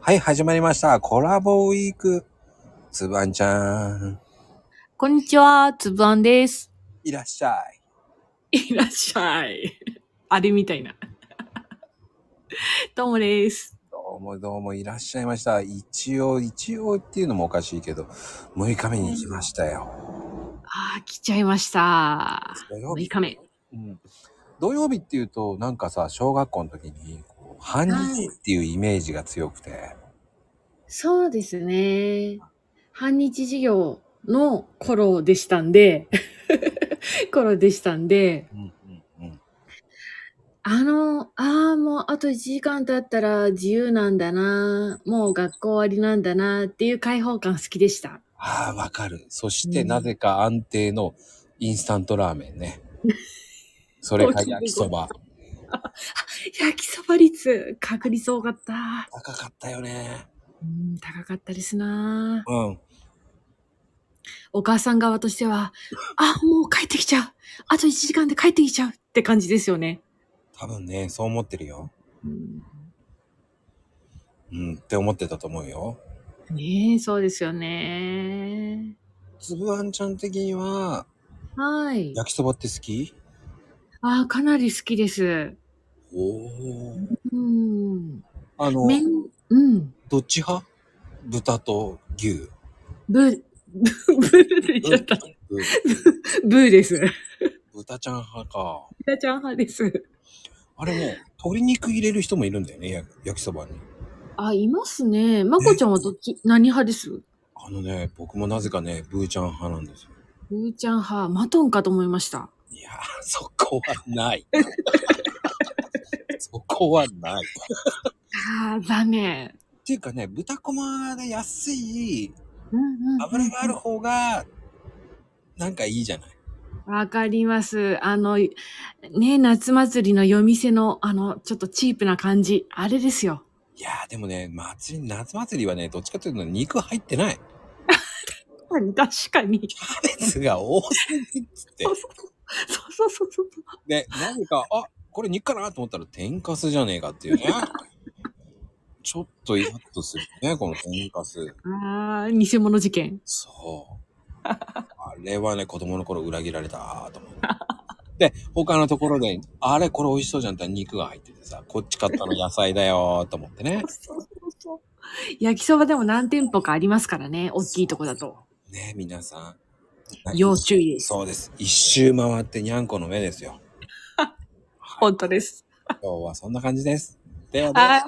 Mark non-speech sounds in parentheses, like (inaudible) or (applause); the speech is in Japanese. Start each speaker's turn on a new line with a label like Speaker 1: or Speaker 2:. Speaker 1: はい、始まりました。コラボウィーク。つばんちゃん。
Speaker 2: こんにちは、つぶあんです。
Speaker 1: いらっしゃい。
Speaker 2: いらっしゃい。あれみたい (laughs) な。どうもです。
Speaker 1: どうもどうもいらっしゃいました。一応、一応っていうのもおかしいけど、6日目に来ましたよ。
Speaker 2: ああ、来ちゃいました。
Speaker 1: 土曜
Speaker 2: 6
Speaker 1: 日。
Speaker 2: 日目。
Speaker 1: うん、土曜日っていうと、なんかさ、小学校の時に、こう半日っていうイメージが強くて。
Speaker 2: そうですね。半日授業の頃でしたんで、 (laughs) 頃でしたんで、
Speaker 1: うんうんうん。
Speaker 2: あの、ああ、もうあと1時間経ったら自由なんだな、もう学校終わりなんだなっていう開放感好きでした。
Speaker 1: ああ、わかる。そして、
Speaker 2: うん
Speaker 1: なぜか安定のインスタントラーメン (laughs) ね。それか焼きそば。
Speaker 2: 焼きそば率、確率多かった。
Speaker 1: 高かったよね。
Speaker 2: うん、高かったですなぁ
Speaker 1: うん。
Speaker 2: お母さん側としては、あ、もう帰ってきちゃう。あと1時間で帰ってきちゃうって感じですよね。
Speaker 1: 多分ね、そう思ってるよ。うん、って思ってたと思うよ。
Speaker 2: ねえ、そうですよね。
Speaker 1: つぶあんちゃん的には、
Speaker 2: はい。
Speaker 1: 焼きそばって好き
Speaker 2: あかなり好きです。
Speaker 1: おお。
Speaker 2: うん。
Speaker 1: あの、
Speaker 2: 麺、うん。
Speaker 1: どっち派豚と牛。
Speaker 2: ブ、ブーって (laughs) 言っちゃった。
Speaker 1: ぶ
Speaker 2: ブーです。
Speaker 1: 豚ちゃん派か。
Speaker 2: ひなちゃん派です。
Speaker 1: あれね、鶏肉入れる人もいるんだよね、や焼きそばに。
Speaker 2: あ、いますね。まこちゃんはどっち、何派です
Speaker 1: あのね、僕もなぜかね、ブーちゃん派なんですよ。
Speaker 2: ブーちゃん派、マトンかと思いました。
Speaker 1: いやー、そこはない。そこはない。
Speaker 2: ああ、ダメ。
Speaker 1: っていうかね、豚こまが安い
Speaker 2: うんうんうん
Speaker 1: 油がある方が、なんかいいじゃない。
Speaker 2: わかります。あの、ね、夏祭りの夜店の、あの、ちょっとチープな感じ。あれですよ。
Speaker 1: いやーでもね、祭り、夏祭りはね、どっちかというと肉入ってない。
Speaker 2: 確かに。
Speaker 1: キャベツが多すぎっつって
Speaker 2: そ。うそうそうそう。
Speaker 1: で、なぜか、あ、これ肉かなと思ったら天かすじゃねえかっていうね。ちょっとイラッとするね、この天かす。
Speaker 2: ああ、偽物事件。
Speaker 1: そう。あれはね、子供の頃裏切られたと思って。で、他のところで、あれこれ美味しそうじゃんって肉が入っててさ、こっち買ったの野菜だよと思ってね。
Speaker 2: 焼きそばでも何店舗かありますからね。大きいとこだと。
Speaker 1: ね、皆さん。
Speaker 2: 要注意です。
Speaker 1: そうです。一周回ってにゃんこの目ですよ。
Speaker 2: 本当です。
Speaker 1: 今日はそんな感じです。ではでは
Speaker 2: はい。